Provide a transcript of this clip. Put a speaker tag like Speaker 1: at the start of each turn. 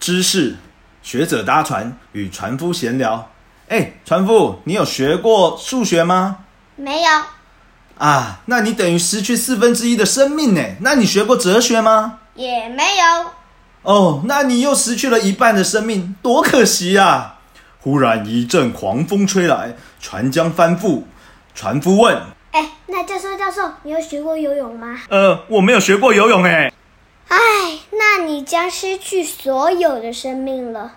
Speaker 1: 知识、学者搭船与船夫闲聊。哎，船夫，你有学过数学吗？
Speaker 2: 没有，
Speaker 1: 啊，那你等于失去四分之一的生命呢？那你学过哲学吗？
Speaker 2: 也没有，
Speaker 1: 哦，那你又失去了一半的生命，多可惜啊！忽然一阵狂风吹来，船将翻覆。船夫问
Speaker 3: 哎，那教授教授，你有学过游泳吗？：“
Speaker 1: 呃，我没有学过游泳诶。
Speaker 3: 哎，那你将失去所有的生命了。